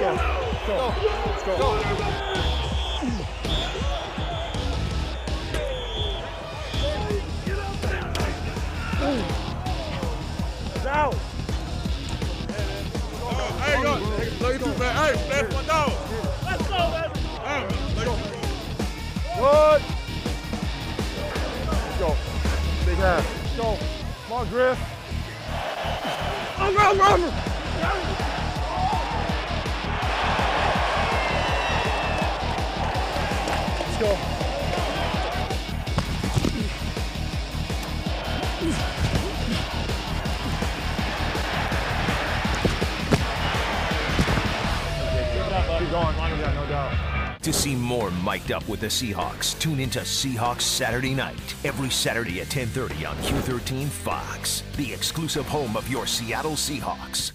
go. Go. Go. Now. Hey, yo, nigga, blow you too fast. Hey, that's my dog. Let's go, baby. Good. Go. Big ass. Go. Come on, Griff. Hey, blow you too Let's go. Keep going. Yeah, no doubt. To see more mic'd up with the Seahawks, tune into Seahawks Saturday night every Saturday at 10:30 on Q13 Fox, the exclusive home of your Seattle Seahawks.